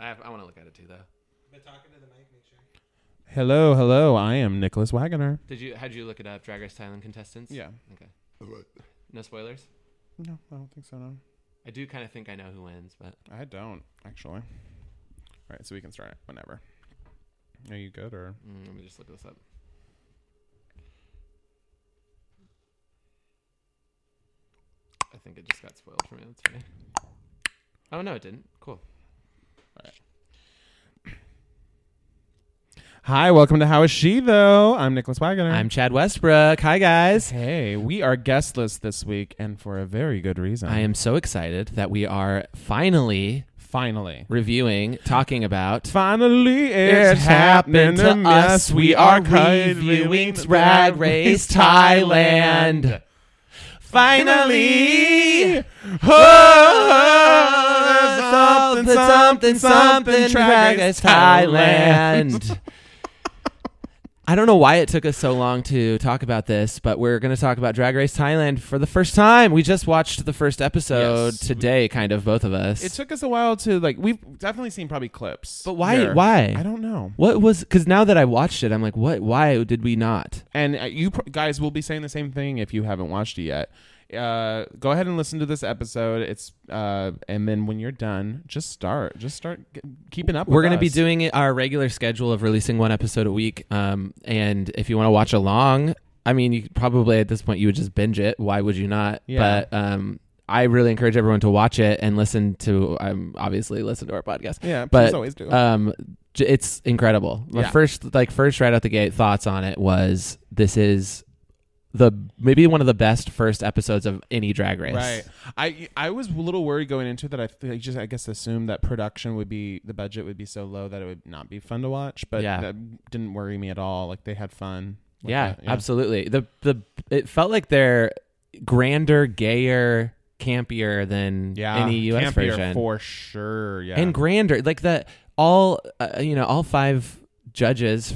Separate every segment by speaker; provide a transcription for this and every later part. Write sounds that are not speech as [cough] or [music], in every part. Speaker 1: I, have, I want to look at it too, though.
Speaker 2: Hello, hello. I am Nicholas Wagoner.
Speaker 1: Did you? How'd you look it up? Drag Race Thailand contestants.
Speaker 2: Yeah.
Speaker 1: Okay. No spoilers.
Speaker 2: No, I don't think so. No,
Speaker 1: I do kind of think I know who wins, but
Speaker 2: I don't actually. All right, so we can start whenever. Are you good or?
Speaker 1: mm, let me just look this up. I think it just got spoiled for me. That's fine. Oh no, it didn't. Cool.
Speaker 2: Hi, welcome to How Is She Though? I'm Nicholas Wagoner.
Speaker 3: I'm Chad Westbrook. Hi, guys.
Speaker 2: Hey, we are guestless this week, and for a very good reason.
Speaker 3: I am so excited that we are finally
Speaker 2: finally.
Speaker 3: reviewing, talking about.
Speaker 2: Finally,
Speaker 3: It's happened to
Speaker 2: me.
Speaker 3: us.
Speaker 2: Yes,
Speaker 3: We are
Speaker 2: currently
Speaker 3: reviewing Drag Race Thailand. Finally,
Speaker 2: Oh,
Speaker 3: something, something, something, Drag Race Thailand. [laughs] I don't know why it took us so long to talk about this, but we're going to talk about Drag Race Thailand for the first time. We just watched the first episode
Speaker 2: Yes.
Speaker 3: today, kind of both of us.
Speaker 2: It took us a while to like. We've definitely seen probably clips,
Speaker 3: But why-
Speaker 2: here.
Speaker 3: why?
Speaker 2: I don't know.
Speaker 3: What was because now that I watched it, I'm like, what? Why did we not?
Speaker 2: And uh, you pr- guys will be saying the same thing if you haven't watched it yet. Uh, go ahead and listen to this episode. It's uh, and then when you're done, just start. Just start g- keeping up.
Speaker 3: We're
Speaker 2: going
Speaker 3: going
Speaker 2: to
Speaker 3: to be doing it- our regular schedule of releasing one episode a week. Um, and if you want to watch along, I mean, you could probably at this point you would just binge it. Why would you not?
Speaker 2: Yeah.
Speaker 3: But um, I really encourage everyone to watch it and listen to. Um, obviously, listen to our podcast.
Speaker 2: Yeah, please
Speaker 3: but
Speaker 2: always do.
Speaker 3: Um, j- it's incredible. My
Speaker 2: Yeah.
Speaker 3: first, like first right out the gate thoughts on it was this is the maybe one of the best first episodes of any Drag Race.
Speaker 2: Right. I I was a little worried going into that. I, th- I just I guess assumed that production would be the budget would be so low that it would not be fun to watch. But
Speaker 3: Yeah.
Speaker 2: that didn't worry me at all. Like they had fun. with
Speaker 3: yeah,
Speaker 2: that.
Speaker 3: absolutely. The the it felt like they're grander, gayer, campier than
Speaker 2: Yeah,
Speaker 3: any U.S.
Speaker 2: Campier
Speaker 3: version,
Speaker 2: for sure. Yeah,
Speaker 3: and grander. Like the all uh, you know, all five judges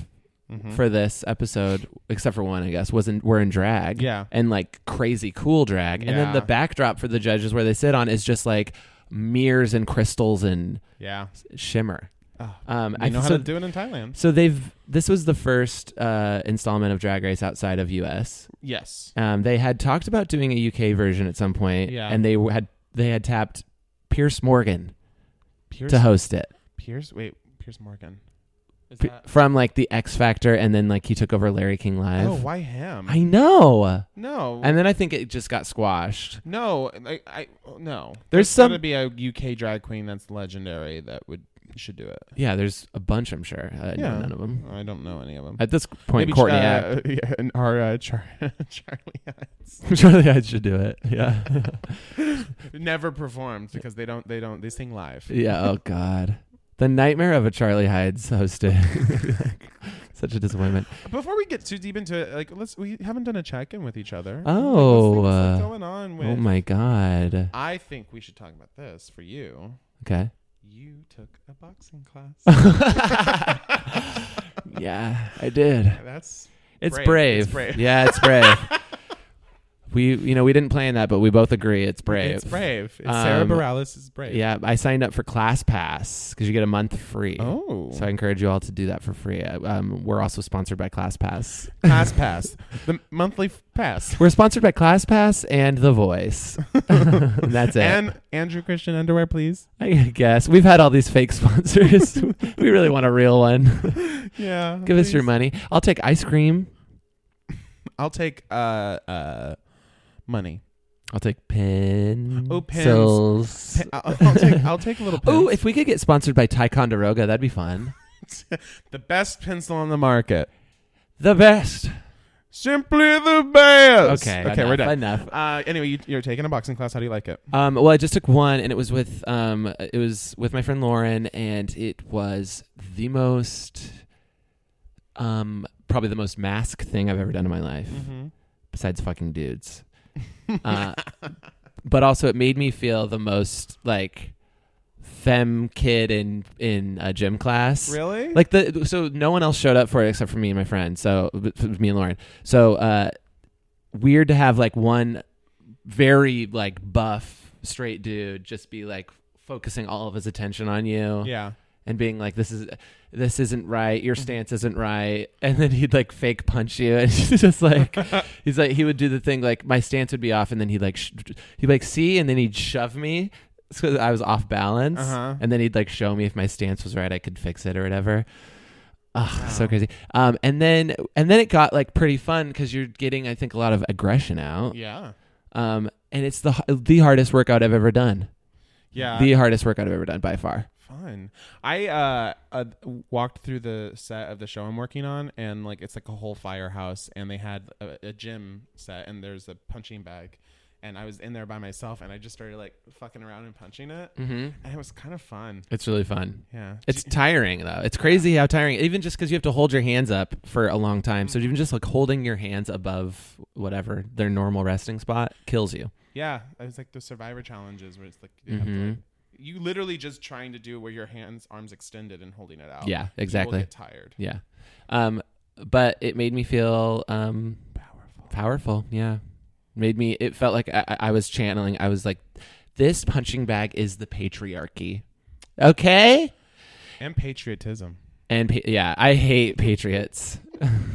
Speaker 2: Mm-hmm.
Speaker 3: for this episode, except for one, I guess, wasn't were in drag.
Speaker 2: Yeah.
Speaker 3: and like crazy cool drag. And then
Speaker 2: Yeah.
Speaker 3: the backdrop for the judges where they sit on is just like mirrors and crystals and
Speaker 2: yeah.
Speaker 3: shimmer.
Speaker 2: Oh,
Speaker 3: Um,
Speaker 2: I know how
Speaker 3: so-
Speaker 2: to do it in Thailand.
Speaker 3: so they've this was the first uh, installment of Drag Race outside of U.S.
Speaker 2: Yes.
Speaker 3: Um, they had talked about doing a UK version at some point,
Speaker 2: Yeah.
Speaker 3: and they w- had they had tapped Pierce Morgan
Speaker 2: Pierce.
Speaker 3: to host it
Speaker 2: Pierce. Wait. Pierce Morgan. Is
Speaker 3: P- from like the X Factor, and then like he took over Larry King Live.
Speaker 2: oh, why him?
Speaker 3: I know.
Speaker 2: no.
Speaker 3: And then I think it just got squashed.
Speaker 2: no. I. I oh, no.
Speaker 3: There's
Speaker 2: gotta
Speaker 3: some,
Speaker 2: be a UK drag queen that's legendary that would should do it.
Speaker 3: yeah. There's a bunch, I'm sure. I
Speaker 2: Yeah.
Speaker 3: know none of them
Speaker 2: I don't know any of them.
Speaker 3: at this point. Courtney,
Speaker 2: uh, [laughs] yeah, and our uh, Char- [laughs] Charlie Hines.
Speaker 3: Act. [laughs] Charlie, I should do it. Yeah, [laughs]
Speaker 2: never performed because they don't. They don't. They sing live.
Speaker 3: yeah. Oh God, the nightmare of a Charlie Hides hosted. [laughs] Such a disappointment.
Speaker 2: Before we get too deep into it, like let's. We haven't done a check in with each other.
Speaker 3: Oh,
Speaker 2: Let's see what's, like,
Speaker 3: uh,
Speaker 2: going on with?
Speaker 3: Oh my God.
Speaker 2: I think we should talk about this for you.
Speaker 3: Okay.
Speaker 2: You took a boxing
Speaker 3: [laughs]
Speaker 2: class.
Speaker 3: Yeah, I did.
Speaker 2: That's
Speaker 3: It's brave.
Speaker 2: Brave. It's brave.
Speaker 3: Yeah, it's brave.
Speaker 2: [laughs]
Speaker 3: we, you know, we didn't plan that, but we both agree it's brave.
Speaker 2: It's brave. It's Sarah
Speaker 3: Um,
Speaker 2: Bareilles is brave.
Speaker 3: Yeah, I signed up for Class Pass because you get a month free.
Speaker 2: Oh.
Speaker 3: So I encourage you all to do that for free. Uh, Um, we're also sponsored by Class Pass. [laughs]
Speaker 2: Class pass. The monthly f- pass.
Speaker 3: We're sponsored by Class Pass and The Voice. [laughs] And that's it.
Speaker 2: And Andrew Christian underwear, please.
Speaker 3: I guess we've had all these fake [laughs] sponsors. we really want a real one.
Speaker 2: [laughs] Yeah.
Speaker 3: Give us your money. I'll take ice cream.
Speaker 2: I'll take uh uh money.
Speaker 3: I'll take pins.
Speaker 2: Oh, pins. Pa- I'll, I'll take I'll take a little
Speaker 3: Oh,
Speaker 2: pencil.
Speaker 3: if we could get sponsored by Ticonderoga, that'd be fun.
Speaker 2: the best pencil on the market.
Speaker 3: The best.
Speaker 2: Simply the best.
Speaker 3: Okay,
Speaker 2: Okay, we're
Speaker 3: enough,
Speaker 2: done.
Speaker 3: Enough.
Speaker 2: Uh, anyway, you, you're taking a boxing class. How do you like it?
Speaker 3: Um, well, I just took one, and it was with um, it was with my friend Lauren, and it was the most, um, probably the most mask thing I've ever done in my life,
Speaker 2: Mm-hmm.
Speaker 3: besides
Speaker 2: [laughs]
Speaker 3: fucking dudes. uh, but also, it made me feel the most like femme kid in in a gym class.
Speaker 2: Really?
Speaker 3: Like the so no one else showed up for it except for me and my friend. So b- f- me and Lauren. So uh, weird to have like one very like buff straight dude just be like focusing all of his attention on you
Speaker 2: yeah.
Speaker 3: and being like this is this isn't right your stance isn't right [laughs] and then he'd like fake punch you [laughs] and he's just like he's like he would do the thing like my stance would be off and then he'd like sh- he'd like see and then he'd shove me because i was off balance
Speaker 2: Uh-huh.
Speaker 3: and then he'd like show me if my stance was right i could fix it or whatever Ugh, so crazy um and then and then it got like pretty fun because you're getting i think a lot of aggression out
Speaker 2: Yeah.
Speaker 3: um and it's the the hardest workout i've ever done
Speaker 2: Yeah.
Speaker 3: the hardest workout i've ever done by far
Speaker 2: Fun. I uh, uh walked through the set of the show I'm working on, and like it's like a whole firehouse, and they had a, a gym set, and there's a punching bag, and I was in there by myself, and I just started like fucking around and punching it,
Speaker 3: mm-hmm.
Speaker 2: and it was kind of fun.
Speaker 3: it's really fun
Speaker 2: Yeah.
Speaker 3: It's tiring though. It's crazy how tiring. Even just because you have to hold your hands up for a long time, so even just like holding your hands above whatever their normal resting spot kills you.
Speaker 2: yeah. It was like the Survivor challenges where it's like you, have to,
Speaker 3: Mhm.
Speaker 2: like, you literally just trying to do where your hands, arms extended, and holding it out.
Speaker 3: Yeah,
Speaker 2: You
Speaker 3: exactly.
Speaker 2: will get tired.
Speaker 3: Yeah, um, but it made me feel um,
Speaker 2: Powerful.
Speaker 3: powerful. Yeah, made me. It felt like I, I I was channeling. I was like, this punching bag is the patriarchy. Okay.
Speaker 2: And patriotism.
Speaker 3: And pa- yeah, I hate patriots.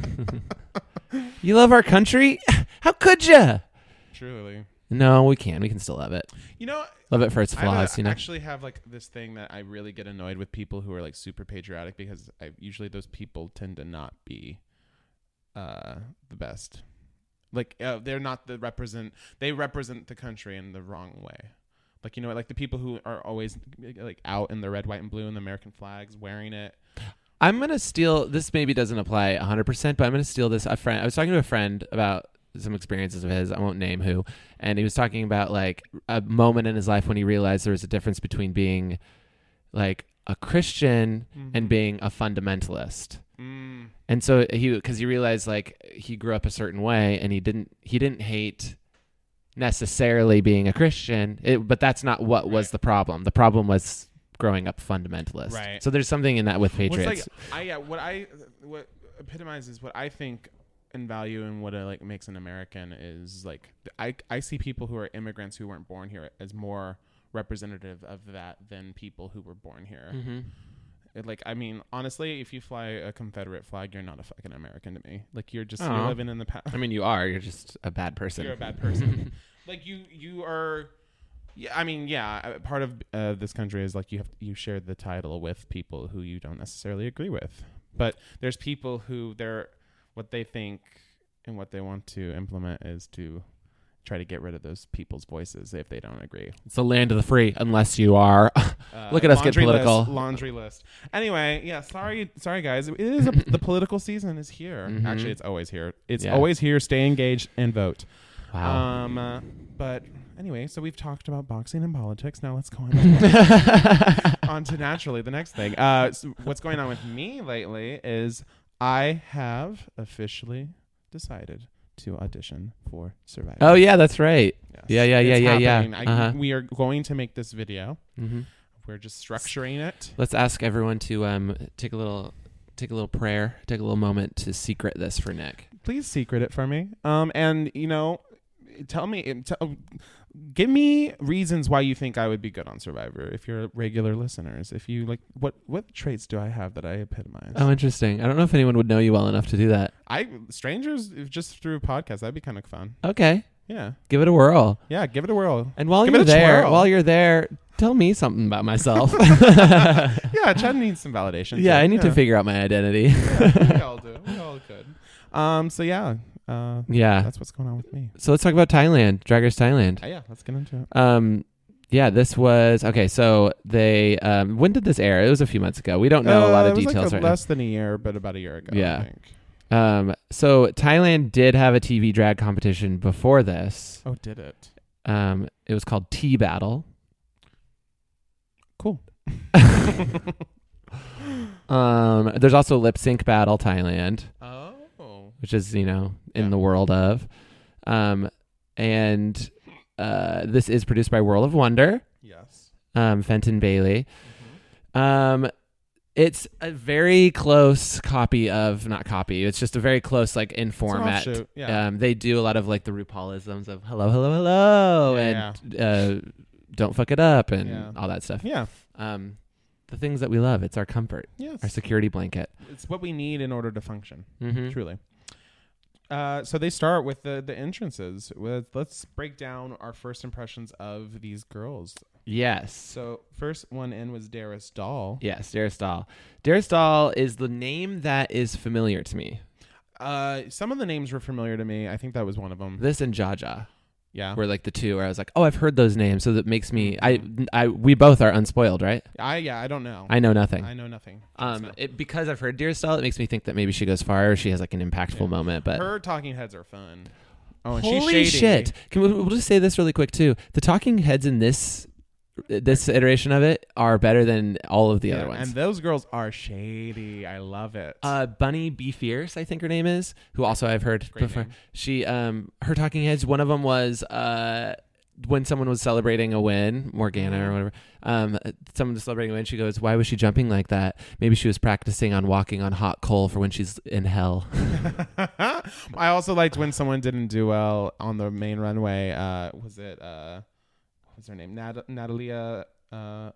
Speaker 3: [laughs] you love our country? [laughs] How could you?
Speaker 2: Truly.
Speaker 3: No, we can. We can still love it.
Speaker 2: You know,
Speaker 3: Love it for its
Speaker 2: I have a-
Speaker 3: flaws, you know.
Speaker 2: actually have like this thing that I really get annoyed with people who are like super patriotic because I, usually those people tend to not be uh, the best. Like uh, they're not the represent. They represent the country in the wrong way. Like you know, like the people who are always like out in the red, white, and blue and the American flags, wearing it.
Speaker 3: I'm gonna steal this. Maybe doesn't apply 100, percent but I'm gonna steal this. A friend. I was talking to a friend about some experiences of his. I won't name who, and he was talking about like a moment in his life when he realized there was a difference between being like a Christian and being a fundamentalist.
Speaker 2: Mm,
Speaker 3: And so he, because he realized like he grew up a certain way, and he didn't he didn't hate necessarily being a Christian, it, but that's not what was
Speaker 2: Right.
Speaker 3: the problem. The problem was growing up fundamentalist.
Speaker 2: Right.
Speaker 3: So there's something in that with
Speaker 2: Well,
Speaker 3: patriots.
Speaker 2: it's like I yeah, what I what epitomizes what I think in value and what uh, like makes an American is like I I see people who are immigrants who weren't born here as more representative of that than people who were born here.
Speaker 3: Mm-hmm.
Speaker 2: It, like I mean, honestly, if you fly a Confederate flag, you're not a fucking American to me. Like you're just you're
Speaker 3: Aw.
Speaker 2: living in the past.
Speaker 3: I mean, you are. You're just a bad person.
Speaker 2: You're a bad
Speaker 3: [laughs]
Speaker 2: person. like you, you are. Yeah, I mean, yeah. uh, Part of uh, this country is like you have you share the title with people who you don't necessarily agree with, but there's people who they're what they think and what they want to implement is to try to get rid of those people's voices if they don't agree.
Speaker 3: It's the land of the free, unless you are. [laughs]
Speaker 2: Uh,
Speaker 3: Look at us get
Speaker 2: laundry list,
Speaker 3: political.
Speaker 2: laundry list. Anyway, yeah. Sorry, sorry, guys. It is a, the political season is here. Actually, it's always here. It's
Speaker 3: Mm-hmm. Yeah.
Speaker 2: always here. Stay engaged and vote.
Speaker 3: wow.
Speaker 2: Um, uh, but anyway, so we've talked about boxing and politics. Now let's go on, [laughs] on to naturally the next thing. Uh, s what's going on with me lately is I have officially decided to audition for Survivor.
Speaker 3: [laughs] oh yeah, that's right.
Speaker 2: Yes.
Speaker 3: yeah, yeah, yeah,
Speaker 2: It's
Speaker 3: yeah, yeah.
Speaker 2: happening. I,
Speaker 3: Uh-huh.
Speaker 2: We are going to make this video.
Speaker 3: Mhm.
Speaker 2: We're just structuring it.
Speaker 3: Let's ask everyone to um, take a little, take a little prayer, take a little moment to secret this for Nick.
Speaker 2: Please secret it from me. Um, and you know, tell me, tell, give me reasons why you think I would be good on Survivor. If you're regular listeners, if you like, what what traits do I have that I epitomize?
Speaker 3: Oh, interesting. I don't know if anyone would know you well enough to do that.
Speaker 2: I strangers if just through a podcast. That'd be kind of fun.
Speaker 3: Okay,
Speaker 2: Yeah,
Speaker 3: give it a whirl.
Speaker 2: yeah. Give it a whirl.
Speaker 3: And while
Speaker 2: Give it
Speaker 3: you're
Speaker 2: a
Speaker 3: there,
Speaker 2: twirl.
Speaker 3: while you're there, tell me something about [laughs] myself.
Speaker 2: Yeah, Chad needs some validation.
Speaker 3: yeah,
Speaker 2: too.
Speaker 3: I need to figure out my identity.
Speaker 2: [laughs] we all do. We all could. Um. So yeah. Uh.
Speaker 3: [laughs] yeah.
Speaker 2: That's what's going on with me.
Speaker 3: So let's talk about Thailand, Drag Race Thailand.
Speaker 2: Uh, yeah. Let's get into it.
Speaker 3: Um, yeah, this was okay. So they, um, when did this air? It was a few months ago. We don't know a lot
Speaker 2: Uh,
Speaker 3: of
Speaker 2: it was like
Speaker 3: details
Speaker 2: a-
Speaker 3: right
Speaker 2: less than a year, but about a year ago. I
Speaker 3: Yeah.
Speaker 2: think.
Speaker 3: Um, so Thailand did have a TV drag competition before this.
Speaker 2: Oh, did it?
Speaker 3: Um, it was called Tea Battle.
Speaker 2: Cool.
Speaker 3: [laughs] Um, there's also Lip Sync Battle Thailand,
Speaker 2: Oh.
Speaker 3: which is you know in
Speaker 2: Yeah.
Speaker 3: the world of, um, and uh, this is produced by World of Wonder,
Speaker 2: Yes.
Speaker 3: um, Fenton Bailey. Um, it's a very close copy of not copy. It's just a very close like in format.
Speaker 2: offshoot, yeah.
Speaker 3: Um, they do a lot of like the RuPaulisms of hello, hello, hello,
Speaker 2: Yeah,
Speaker 3: and uh, don't fuck it up and
Speaker 2: Yeah.
Speaker 3: all that stuff.
Speaker 2: Yeah.
Speaker 3: Um, the things that we love. It's our comfort,
Speaker 2: Yes.
Speaker 3: our security blanket.
Speaker 2: It's what we need in order to function.
Speaker 3: Mm-hmm.
Speaker 2: Truly. Uh, so they start with the the entrances. With, let's break down our first impressions of these girls.
Speaker 3: Yes.
Speaker 2: So first one in was Darius Doll.
Speaker 3: Yes, Daristol. Daristol is the name that is familiar to me.
Speaker 2: Uh, some of the names were familiar to me. I think that was one of them.
Speaker 3: This and Jaja
Speaker 2: Yeah,
Speaker 3: were like the two where I was like, oh, I've heard those names, so that makes me. I, I, we both are unspoiled, right?
Speaker 2: I yeah I don't know.
Speaker 3: I know nothing.
Speaker 2: I know nothing.
Speaker 3: um,
Speaker 2: So-
Speaker 3: it, because I've heard Daristol, it makes me think that maybe she goes far or she has like an impactful moment. But
Speaker 2: her talking heads are fun. Oh, and
Speaker 3: holy
Speaker 2: she's shady.
Speaker 3: shit! Can we, we'll just say this really quick too. The talking heads in this this iteration of it are better than all of the
Speaker 2: Yeah,
Speaker 3: other ones.
Speaker 2: and those girls are shady. I love it.
Speaker 3: uh, Bunny B Fierce, I think her name is, who also I've heard
Speaker 2: Great
Speaker 3: before.
Speaker 2: name.
Speaker 3: She, um, her talking heads. One of them was uh, when someone was celebrating a win,
Speaker 2: Mm-hmm.
Speaker 3: Morgana or whatever. Um, someone was celebrating a win. She goes, "Why was she jumping like that? Maybe she was practicing on walking on hot coal for when she's in hell." [laughs]
Speaker 2: [laughs] I also liked when someone didn't do well on the main runway. Uh, was it uh, what was her name? Nat- Natalia. Uh,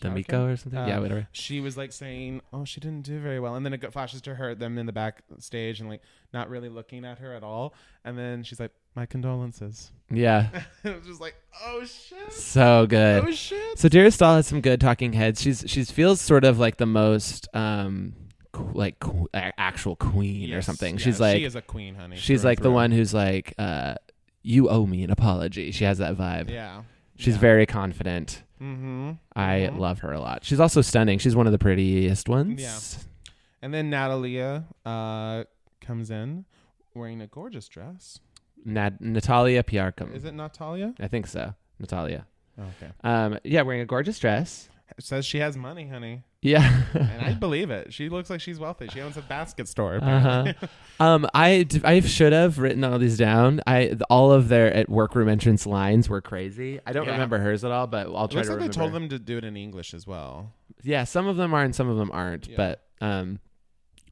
Speaker 3: D'Amico or something.
Speaker 2: Uh,
Speaker 3: yeah, whatever.
Speaker 2: [laughs] She was like saying, "Oh, she didn't do very well," and then it go- flashes to her them in the back stage and like not really looking at her at all. And then she's like, "My condolences." [laughs]
Speaker 3: Yeah,
Speaker 2: it was just like, "Oh shit!
Speaker 3: so good.
Speaker 2: Oh shit!"
Speaker 3: So Dearest Doll has some good talking heads. She's she feels sort of like the most um qu- like qu- a- actual queen or
Speaker 2: Yes,
Speaker 3: something.
Speaker 2: yeah,
Speaker 3: she's like
Speaker 2: she is a queen, honey.
Speaker 3: she's
Speaker 2: through and
Speaker 3: like the
Speaker 2: through.
Speaker 3: one who's like uh you owe me an apology. She has that vibe.
Speaker 2: Yeah,
Speaker 3: She's very confident.
Speaker 2: Mm-hmm.
Speaker 3: I
Speaker 2: Mhm.
Speaker 3: love her a lot. She's also stunning. She's one of the prettiest ones.
Speaker 2: Yeah. And then Natalia uh, comes in wearing a gorgeous dress.
Speaker 3: Nat- Natalia Piarkum.
Speaker 2: Is it Natalia?
Speaker 3: I think so. Natalia.
Speaker 2: Okay.
Speaker 3: Um yeah, wearing a gorgeous dress.
Speaker 2: It says she has money, honey,
Speaker 3: Yeah. [laughs]
Speaker 2: and I believe it. She looks like she's wealthy. She owns a basket store.
Speaker 3: Uh-huh. um, I, d- I should have written all these down. I th- all of their at workroom entrance lines were crazy. I don't
Speaker 2: Yeah.
Speaker 3: remember hers at all, but I'll
Speaker 2: It looks
Speaker 3: try to
Speaker 2: like they
Speaker 3: remember.
Speaker 2: told them to do it in English as well.
Speaker 3: Yeah, some of them are and some of them aren't.
Speaker 2: Yeah.
Speaker 3: But um,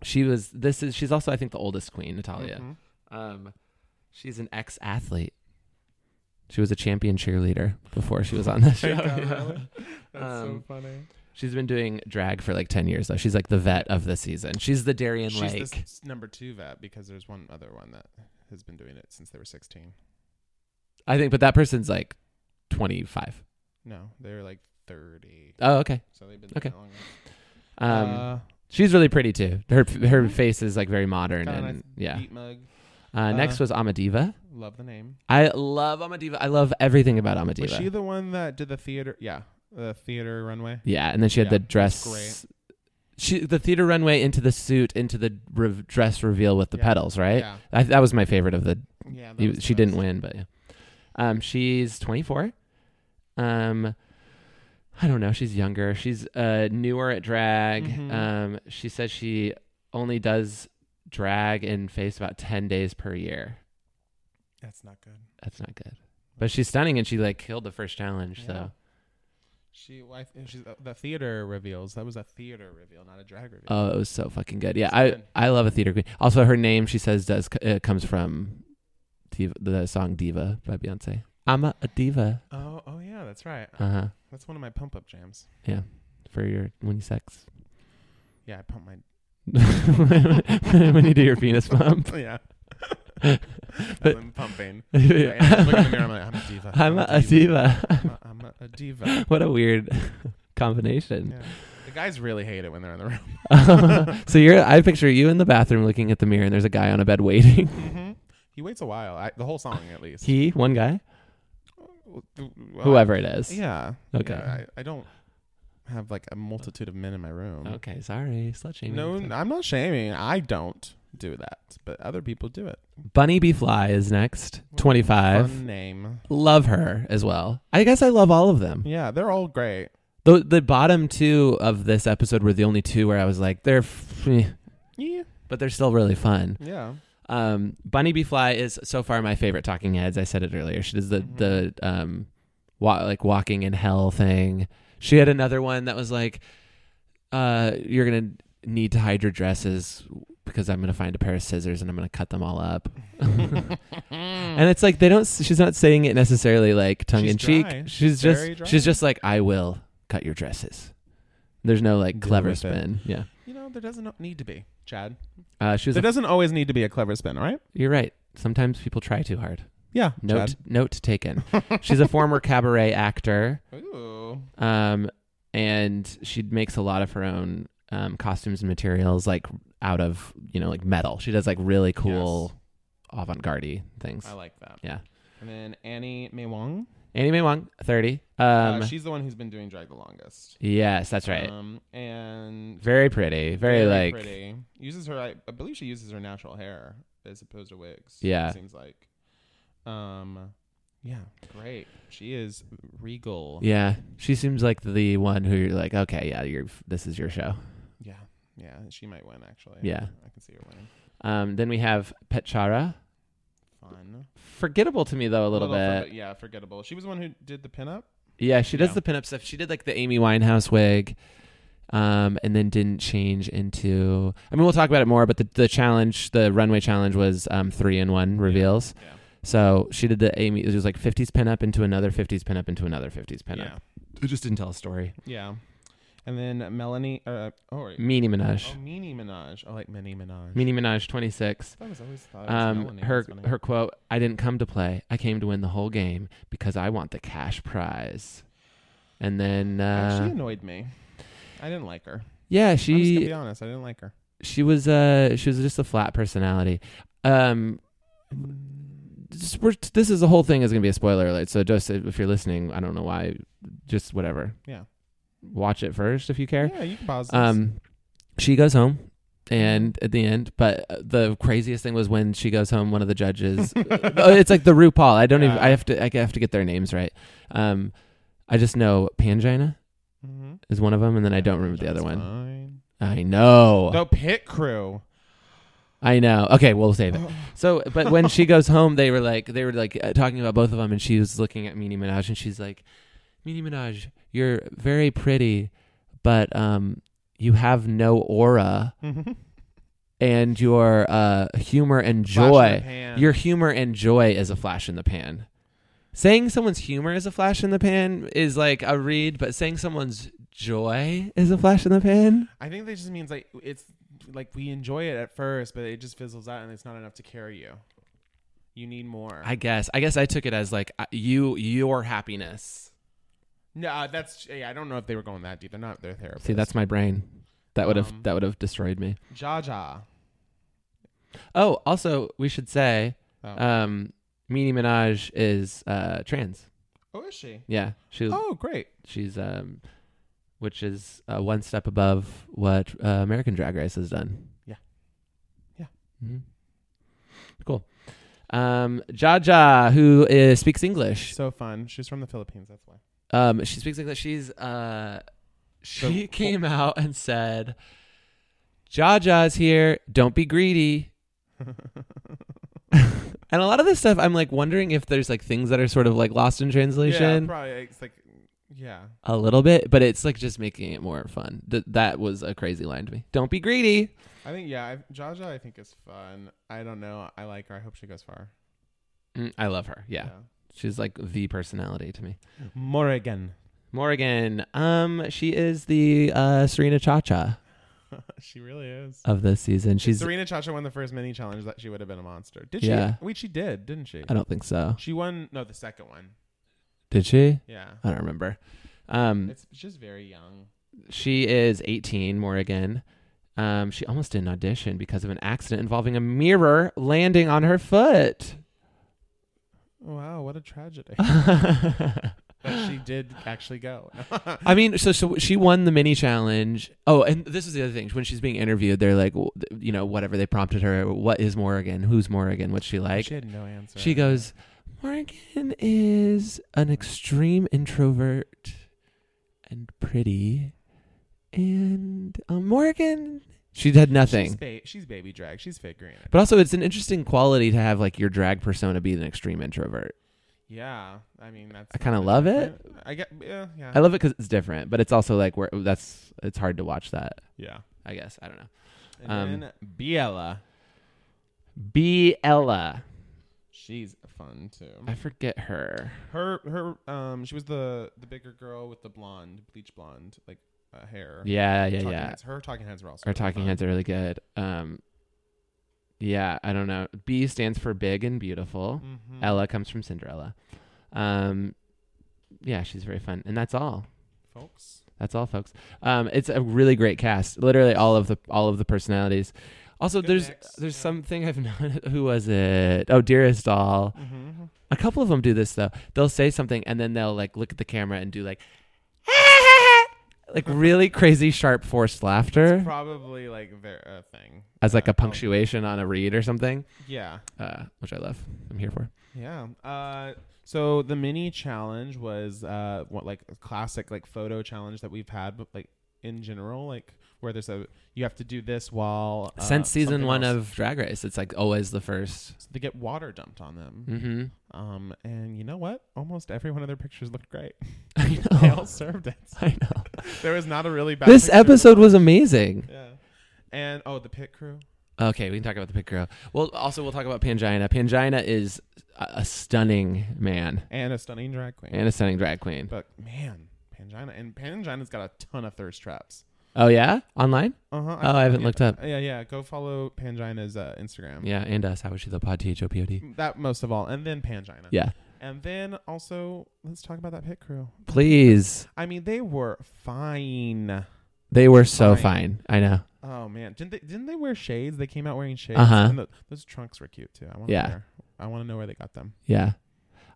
Speaker 3: she was. This is. She's also I think the oldest queen, Natalia. [laughs]
Speaker 2: Mhm.
Speaker 3: Um, she's an ex athlete. She was a champion cheerleader before she was
Speaker 2: [laughs]
Speaker 3: on the show.
Speaker 2: That's so
Speaker 3: Um,
Speaker 2: funny.
Speaker 3: [laughs] She's been doing drag for like ten years though. She's like the vet of the season. She's the Darian
Speaker 2: She's
Speaker 3: Lake.
Speaker 2: this number two vet because there's one other one that has been doing it since they were 16.
Speaker 3: I think, but that person's like twenty five.
Speaker 2: No, they were like 30.
Speaker 3: Oh, okay.
Speaker 2: So they've been
Speaker 3: Okay.
Speaker 2: doing it longer.
Speaker 3: Um,
Speaker 2: Uh,
Speaker 3: She's really pretty too. Her her face is like very modern
Speaker 2: got a
Speaker 3: and
Speaker 2: nice Uh-huh.
Speaker 3: yeah.
Speaker 2: Beat mug.
Speaker 3: Uh, next was Amadiva.
Speaker 2: Love the name.
Speaker 3: I love Amadiva. I love everything about
Speaker 2: Was she
Speaker 3: Amadiva.
Speaker 2: the one that did the theater? Yeah, the theater runway.
Speaker 3: yeah, and then she had
Speaker 2: Yeah,
Speaker 3: the
Speaker 2: that's
Speaker 3: dress. She the theater runway into the suit into the re- dress reveal with the
Speaker 2: Yeah.
Speaker 3: petals. Right.
Speaker 2: Yeah,
Speaker 3: I, that was my favorite of the.
Speaker 2: yeah. that
Speaker 3: She
Speaker 2: was the
Speaker 3: didn't
Speaker 2: best.
Speaker 3: win, but yeah. Um, she's 24. Um, I don't know. She's younger. She's uh newer at drag.
Speaker 2: Mhm.
Speaker 3: Um, she says she only does drag and face about 10 days per year.
Speaker 2: That's not good.
Speaker 3: That's not good. But she's stunning and she like killed the first challenge.
Speaker 2: Yeah.
Speaker 3: So
Speaker 2: She, well, I think she's uh, the theater reveals. That was a theater reveal, not a drag reveal.
Speaker 3: oh, it was so fucking good. Yeah,
Speaker 2: It's
Speaker 3: I
Speaker 2: good.
Speaker 3: I love a theater queen. Also, her name she says does uh, comes from diva, the song "Diva" by Beyonce. I'm a, a diva.
Speaker 2: oh, oh yeah, that's right.
Speaker 3: Uh huh.
Speaker 2: That's one of my pump up jams.
Speaker 3: For your when you sex, [laughs]
Speaker 2: Yeah, I pump my. [laughs]
Speaker 3: when you do your penis pump. [laughs]
Speaker 2: yeah.
Speaker 3: But-
Speaker 2: I'm pumping. Yeah, I look in the mirror. I'm
Speaker 3: [laughs] I'm
Speaker 2: like, I'm a diva.
Speaker 3: a diva. [laughs]
Speaker 2: I'm a- I'm a, a diva.
Speaker 3: What a weird [laughs] combination.
Speaker 2: Yeah. The guys really hate it when they're in the room.
Speaker 3: [laughs] so you're I picture you in the bathroom looking at the mirror and there's a guy on a bed waiting. [laughs]
Speaker 2: hmm He waits a while. I, the whole song, at least.
Speaker 3: He, one guy,
Speaker 2: Well, I-
Speaker 3: whoever it is.
Speaker 2: Yeah.
Speaker 3: Okay.
Speaker 2: Yeah, I, I don't have like a multitude of men in my room.
Speaker 3: Okay, sorry, slut shaming.
Speaker 2: No, I'm not shaming. I don't. do that, but other people do it.
Speaker 3: Bunny B Fly is next. 25.
Speaker 2: Fun name.
Speaker 3: Love her as well. I guess I love all of them.
Speaker 2: Yeah, they're all great.
Speaker 3: The the bottom two of this episode were the only two where I was like, they're, f- eh,
Speaker 2: Yeah.
Speaker 3: but they're still really fun.
Speaker 2: Yeah.
Speaker 3: Um, Bunny B Fly is so far my favorite Talking Heads. I said it earlier. She does the
Speaker 2: Mm-hmm.
Speaker 3: the um, wa- like walking in hell thing. She had another one that was like, uh, you're gonna need to hide your dresses because I'm gonna find a pair of scissors and I'm gonna cut them
Speaker 2: [laughs]
Speaker 3: all up. and it's like they don't. She's not saying it necessarily like tongue
Speaker 2: She's
Speaker 3: in cheek.
Speaker 2: dry.
Speaker 3: She's
Speaker 2: Very
Speaker 3: just
Speaker 2: dry.
Speaker 3: she's just like I will cut your dresses. There's no like
Speaker 2: Deal
Speaker 3: clever
Speaker 2: with it.
Speaker 3: spin. Yeah.
Speaker 2: You know, there doesn't need to be, Chad.
Speaker 3: Uh, she was.
Speaker 2: There
Speaker 3: A,
Speaker 2: doesn't always need to be a clever spin, all right?
Speaker 3: you're right. Sometimes people try too hard.
Speaker 2: Yeah.
Speaker 3: Note note taken. [laughs] She's a former cabaret actor,
Speaker 2: Chad. Ooh.
Speaker 3: um, and she makes a lot of her own um, costumes and materials, like out of you know like metal. She does like really cool avant-garde things.
Speaker 1: I
Speaker 2: Oh.
Speaker 1: like that.
Speaker 3: yeah,
Speaker 2: And then Annie Mei Wong.
Speaker 3: Annie Mae Wong, thirty. Um,
Speaker 2: Uh, she's the one who's been doing drag the longest.
Speaker 3: yes, that's right.
Speaker 2: Um, and
Speaker 3: very pretty, very, like
Speaker 2: pretty. Uses her. I, I believe she uses her natural hair as opposed to wigs.
Speaker 3: Yeah.
Speaker 2: it seems like. Um, yeah, great. She is regal.
Speaker 3: yeah. She seems like the one who you're like, okay, yeah, you're this is your show.
Speaker 2: yeah, yeah. She might win actually.
Speaker 3: Yeah.
Speaker 2: I can see her winning.
Speaker 3: Um, then we have Petchara.
Speaker 2: Fun.
Speaker 3: Forgettable to me though a little, bit.
Speaker 2: forget- yeah, forgettable. She was the one who did the pinup.
Speaker 3: Yeah, she does
Speaker 2: Yeah.
Speaker 3: the pinup stuff. She did like the Amy Winehouse wig, um, and then didn't change into. I mean, we'll talk about it more, but the, the challenge, the runway challenge, was um, three in one reveals.
Speaker 2: Yeah.
Speaker 3: So she did the Amy. It was like 50s pinup into another 50s pinup into another 50s pinup.
Speaker 2: Yeah.
Speaker 3: It just didn't tell a story.
Speaker 2: Yeah. And then Melanie. Uh, oh, wait.
Speaker 3: Meanie Minaj.
Speaker 2: oh, Meanie Minaj. I like Minnie Minaj.
Speaker 3: Meanie Minaj, 26.
Speaker 2: I was always thought it was
Speaker 3: Um,
Speaker 2: Melanie.
Speaker 3: her
Speaker 2: That's funny.
Speaker 3: her quote: "I didn't come to play. I came to win the whole game because I want the cash prize." And then,
Speaker 2: Uh, she
Speaker 3: uh,
Speaker 2: annoyed me. I didn't like her.
Speaker 3: yeah,
Speaker 2: I'm just
Speaker 3: she
Speaker 2: gonna be honest. I didn't like her.
Speaker 3: she was uh she was just a flat personality um just- we're, this is the whole thing is going to be a spoiler alert so just if you're listening i don't know why just whatever
Speaker 2: Yeah.
Speaker 3: watch it first if you care
Speaker 2: Yeah, you can pause. This. [laughs]
Speaker 3: um she goes home and at the end but uh, the craziest thing was when she goes home one of
Speaker 2: [laughs]
Speaker 3: the judges Oh, it's like the rupaul i don't even
Speaker 2: Yeah.
Speaker 3: i have to i have to get their names right um i just know pangina
Speaker 2: mm-hmm.
Speaker 3: is one of them and then i don't remember the other one
Speaker 2: one.
Speaker 3: i know
Speaker 2: The pit crew.
Speaker 3: I know. Okay, we'll
Speaker 2: [gasps]
Speaker 3: save it. So, but when she goes home, they were like, they were like uh, talking about both of them, and she was looking at Minnie Minaj, and she's like, Minnie Minaj, you're very pretty, but um, you have no aura,
Speaker 2: Mm-hmm.
Speaker 3: and your uh, humor and joy, your humor and joy is a flash in the pan. Saying someone's humor is a flash in the pan is like a read, but saying someone's joy is a flash in the pan.
Speaker 2: I think that just means like it's like we enjoy it at first, but it just fizzles out, and it's not enough to carry you. You need more.
Speaker 3: I guess. I guess I took it as like uh, you, your happiness.
Speaker 2: no, uh, that's. Yeah, I don't know if they were going that deep. They're not. They're therapists.
Speaker 3: See, that's my brain. That would have
Speaker 2: Um,
Speaker 3: that would have destroyed me.
Speaker 2: Jaja.
Speaker 3: Oh, also, we should say,
Speaker 2: Oh.
Speaker 3: um, Minnie Minaj is uh, trans.
Speaker 2: oh, is she?
Speaker 3: Yeah, she's
Speaker 2: Oh, great.
Speaker 3: she's um, which is uh, one step above what uh, American Drag Race has done.
Speaker 2: Yeah. Yeah.
Speaker 3: Mhm. Cool. Um, Jaja, who is, speaks English.
Speaker 2: So fun. She's from the Philippines. That's why.
Speaker 3: Um, she speaks English. She's uh, she
Speaker 2: So-
Speaker 3: [laughs] came out and said, "Jaja's here. Don't
Speaker 2: [laughs]
Speaker 3: be greedy." and a lot of this stuff, I'm like wondering if there's like things that are sort of like lost in translation
Speaker 2: Yeah, probably. It's like, yeah.
Speaker 3: a little bit, but it's like just making it more fun. Th- that was a crazy line to me. Don't be greedy.
Speaker 2: I think yeah, I, Jaja I think is fun. I don't know. I like her. I hope she goes far.
Speaker 3: Mm, I love her. Yeah. she's like the personality to me.
Speaker 2: Morrigan.
Speaker 3: Morgan, um, she is the uh, Serena Cha Cha
Speaker 2: [laughs] she really is.
Speaker 3: of this season. She's
Speaker 2: Serena Chacha won the first mini challenge that she would have been a monster. Did
Speaker 3: Yeah.
Speaker 2: she? Wait, she did, didn't she?
Speaker 3: I don't think so.
Speaker 2: She won no the second one.
Speaker 3: Did she?
Speaker 2: Yeah.
Speaker 3: I don't remember. Um,
Speaker 2: It's just very young.
Speaker 3: she is 18, Morrigan. Um, she almost didn't audition because of an accident involving a mirror landing on her foot.
Speaker 2: Wow, what a tragedy. that she did actually go.
Speaker 3: [laughs]
Speaker 2: [laughs]
Speaker 3: I mean, so so she won the mini challenge. Oh, and this is the other thing. When she's being interviewed, they're like, w- th- you know, whatever they prompted her. What is Morrigan? Who's Morrigan? What's she like?
Speaker 2: she had no answer.
Speaker 3: She goes, Morgan is an extreme introvert and pretty. And um, Morgan, she had
Speaker 2: She's,
Speaker 3: nothing.
Speaker 2: ba- she's baby drag. She's figuring it.
Speaker 3: But also, it's an interesting quality to have like your drag persona be an extreme introvert.
Speaker 2: Yeah, I mean that's.
Speaker 3: I kinda love it.
Speaker 2: I get. Yeah, yeah.
Speaker 3: I love it because it's different, but it's also like where that's it's hard to watch that.
Speaker 2: yeah.
Speaker 3: I guess I don't know.
Speaker 2: And
Speaker 3: Um,
Speaker 2: then Biella,
Speaker 3: B Ella,
Speaker 2: she's fun too.
Speaker 3: I forget her.
Speaker 2: Her her um she was the the bigger girl with the blonde bleach blonde like uh, hair.
Speaker 3: Yeah, yeah,
Speaker 2: Talking
Speaker 3: yeah.
Speaker 2: Heads. Her talking heads were also
Speaker 3: Our
Speaker 2: really
Speaker 3: talking
Speaker 2: fun.
Speaker 3: heads are really good. Um, yeah, I don't know. B stands for big and beautiful.
Speaker 2: Mhm.
Speaker 3: Ella comes from Cinderella. Um, yeah, she's very fun, and that's all.
Speaker 2: folks.
Speaker 3: That's all, folks. Um, it's a really great cast. Literally all of the all of the personalities. Also,
Speaker 2: Good
Speaker 3: there's
Speaker 2: mix,
Speaker 3: there's
Speaker 2: yeah.
Speaker 3: something I've [laughs] known. Who was it? Oh, dearest doll.
Speaker 2: Mm-hmm.
Speaker 3: A couple of them do this though. They'll say something and then they'll like look at the camera and do like, [laughs] like really crazy sharp forced laughter
Speaker 2: It's probably like their uh, thing
Speaker 3: as like
Speaker 2: Uh,
Speaker 3: a punctuation on a read or something,
Speaker 2: oh, yeah,
Speaker 3: uh, which I love. I'm here for.
Speaker 2: yeah. Uh, so the mini challenge was uh, what like a classic like photo challenge that we've had, but like in general, like where there's a you have to do this while uh,
Speaker 3: Since season
Speaker 2: something
Speaker 3: one
Speaker 2: else.
Speaker 3: of Drag Race, it's like always the 1st
Speaker 2: So they get water dumped on them.
Speaker 3: Mm-hmm.
Speaker 2: Um, and you know what? Almost every one of their pictures looked
Speaker 3: [laughs]
Speaker 2: great. [laughs]
Speaker 3: I
Speaker 2: They
Speaker 3: know.
Speaker 2: all served it.
Speaker 3: [laughs] I know.
Speaker 2: There was not a really bad.
Speaker 3: This
Speaker 2: picture.
Speaker 3: episode was amazing.
Speaker 2: Yeah. And oh, the pit crew.
Speaker 3: Okay, we can talk about the pit girl. Well, also we'll talk about Pangina. Pangina is a, a stunning man
Speaker 2: and a stunning drag queen.
Speaker 3: and a stunning drag queen.
Speaker 2: but man, Pangina and Pangina's got a ton of thirst traps.
Speaker 3: Oh yeah, online.
Speaker 2: Uh huh.
Speaker 3: Oh, I haven't looked up.
Speaker 2: Yeah, yeah. Go follow Pangina's uh, Instagram.
Speaker 3: Yeah, and us. How was she the pod? T H O P O D.
Speaker 2: That most of all, and then Pangina.
Speaker 3: Yeah,
Speaker 2: And then also, let's talk about that pit crew.
Speaker 3: please.
Speaker 2: I mean, they were fine.
Speaker 3: They were so
Speaker 2: Fine.
Speaker 3: fine. I know.
Speaker 2: Oh man, didn't they? Didn't they wear shades? They came out wearing shades.
Speaker 3: Uh-huh.
Speaker 2: And the, those trunks were cute too. I want.
Speaker 3: Yeah.
Speaker 2: I want to know where they got them.
Speaker 3: Yeah,